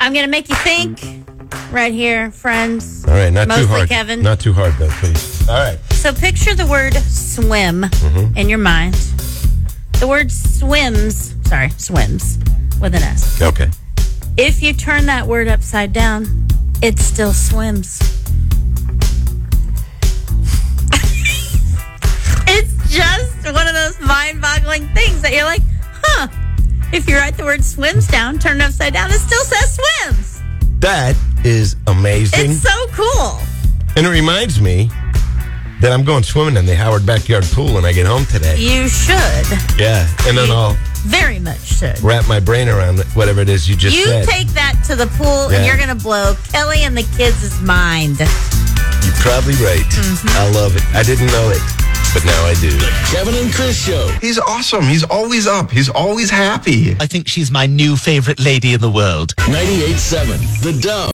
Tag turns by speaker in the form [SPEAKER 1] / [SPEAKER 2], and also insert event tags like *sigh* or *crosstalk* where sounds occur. [SPEAKER 1] I'm going to make you think right here, friends.
[SPEAKER 2] All right, not
[SPEAKER 1] Mostly
[SPEAKER 2] too hard.
[SPEAKER 1] Kevin.
[SPEAKER 2] Not too hard though, please. All right.
[SPEAKER 1] So picture the word swim
[SPEAKER 2] Mm-hmm.
[SPEAKER 1] in your mind. The word swims, sorry, swims with an S.
[SPEAKER 2] Okay.
[SPEAKER 1] If you turn that word upside down, it still swims. *laughs* it's just one of those mind boggling things that you're like, huh. If you write the word swims down, turn it upside down, it still says swims.
[SPEAKER 2] That is amazing.
[SPEAKER 1] It's so cool.
[SPEAKER 2] and it reminds me that I'm going swimming in the Howard backyard pool when I get home today.
[SPEAKER 1] You should.
[SPEAKER 2] Yeah. And then I'll
[SPEAKER 1] Very much should.
[SPEAKER 2] wrap my brain around whatever it is you just
[SPEAKER 1] You
[SPEAKER 2] said.
[SPEAKER 1] take that to the pool
[SPEAKER 2] Yeah.
[SPEAKER 1] and you're going to blow Kelly and the kids' mind.
[SPEAKER 2] You're probably right.
[SPEAKER 1] Mm-hmm.
[SPEAKER 2] I love it. I didn't know it, but now I do.
[SPEAKER 3] Kevin and Chris Show.
[SPEAKER 4] He's awesome. He's always up. He's always happy.
[SPEAKER 5] I think she's my new favorite lady in the world.
[SPEAKER 3] 98.7 The Dove.